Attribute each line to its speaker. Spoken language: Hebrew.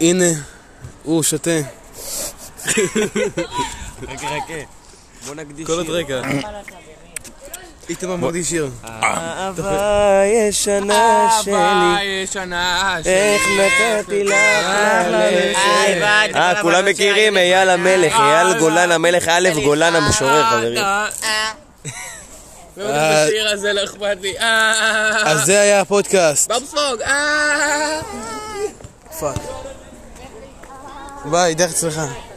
Speaker 1: הנה, הוא שותה.
Speaker 2: רגע, רגע. בוא נקדיש
Speaker 1: כל עוד רקע. איתמר מודי שיר.
Speaker 2: אהבה ישנה
Speaker 3: אה,
Speaker 2: שלי,
Speaker 3: ישנה
Speaker 2: איך נתתי לך ללכת.
Speaker 3: איי, ביי,
Speaker 2: אה, כולם מכירים? אייל המלך, אייל גולן המלך א', גולן המשורר, חברים.
Speaker 1: אה.
Speaker 3: השיר הזה לא אכפת לי. אה,
Speaker 1: אז זה היה הפודקאסט.
Speaker 3: בוב ספוג, אה.
Speaker 1: ביי, דרך אצלך.